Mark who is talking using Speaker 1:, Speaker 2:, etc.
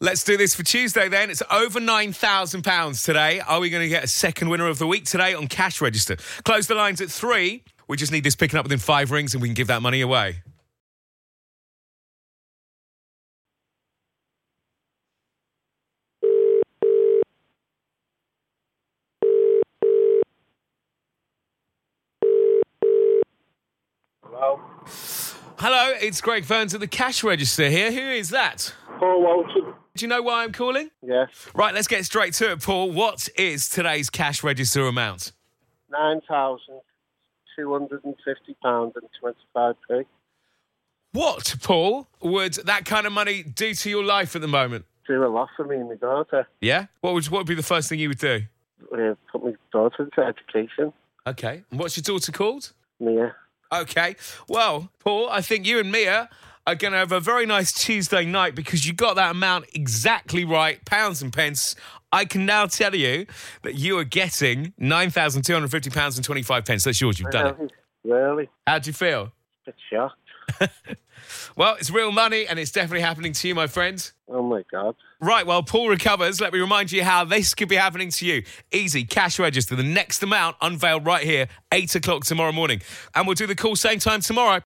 Speaker 1: Let's do this for Tuesday then. It's over £9,000 today. Are we going to get a second winner of the week today on Cash Register? Close the lines at three. We just need this picking up within five rings and we can give that money away.
Speaker 2: Hello.
Speaker 1: Hello, it's Greg Ferns at the Cash Register here. Who is that?
Speaker 2: Paul Walton.
Speaker 1: Do you know why I'm calling?
Speaker 2: Yes.
Speaker 1: Right, let's get straight to it, Paul. What is today's Cash Register amount?
Speaker 2: Nine thousand two hundred and fifty pounds and twenty-five p.
Speaker 1: What, Paul, would that kind of money do to your life at the moment?
Speaker 2: Do a lot for me and my daughter.
Speaker 1: Yeah? What would, what would be the first thing you would do?
Speaker 2: Uh, put my daughter into education. uh,
Speaker 1: Okay. And what's your daughter called?
Speaker 2: Mia.
Speaker 1: Okay. Well, Paul, I think you and Mia are going to have a very nice Tuesday night because you got that amount exactly right, pounds and pence. I can now tell you that you are getting nine thousand two hundred fifty pounds and twenty five pence. That's yours. You've done it.
Speaker 2: Really?
Speaker 1: How do you feel?
Speaker 2: It's shocked.
Speaker 1: Well, it's real money, and it's definitely happening to you, my friend.
Speaker 2: Oh my God.
Speaker 1: Right, while Paul recovers, let me remind you how this could be happening to you. Easy, cash register, the next amount unveiled right here, 8 o'clock tomorrow morning. And we'll do the call same time tomorrow.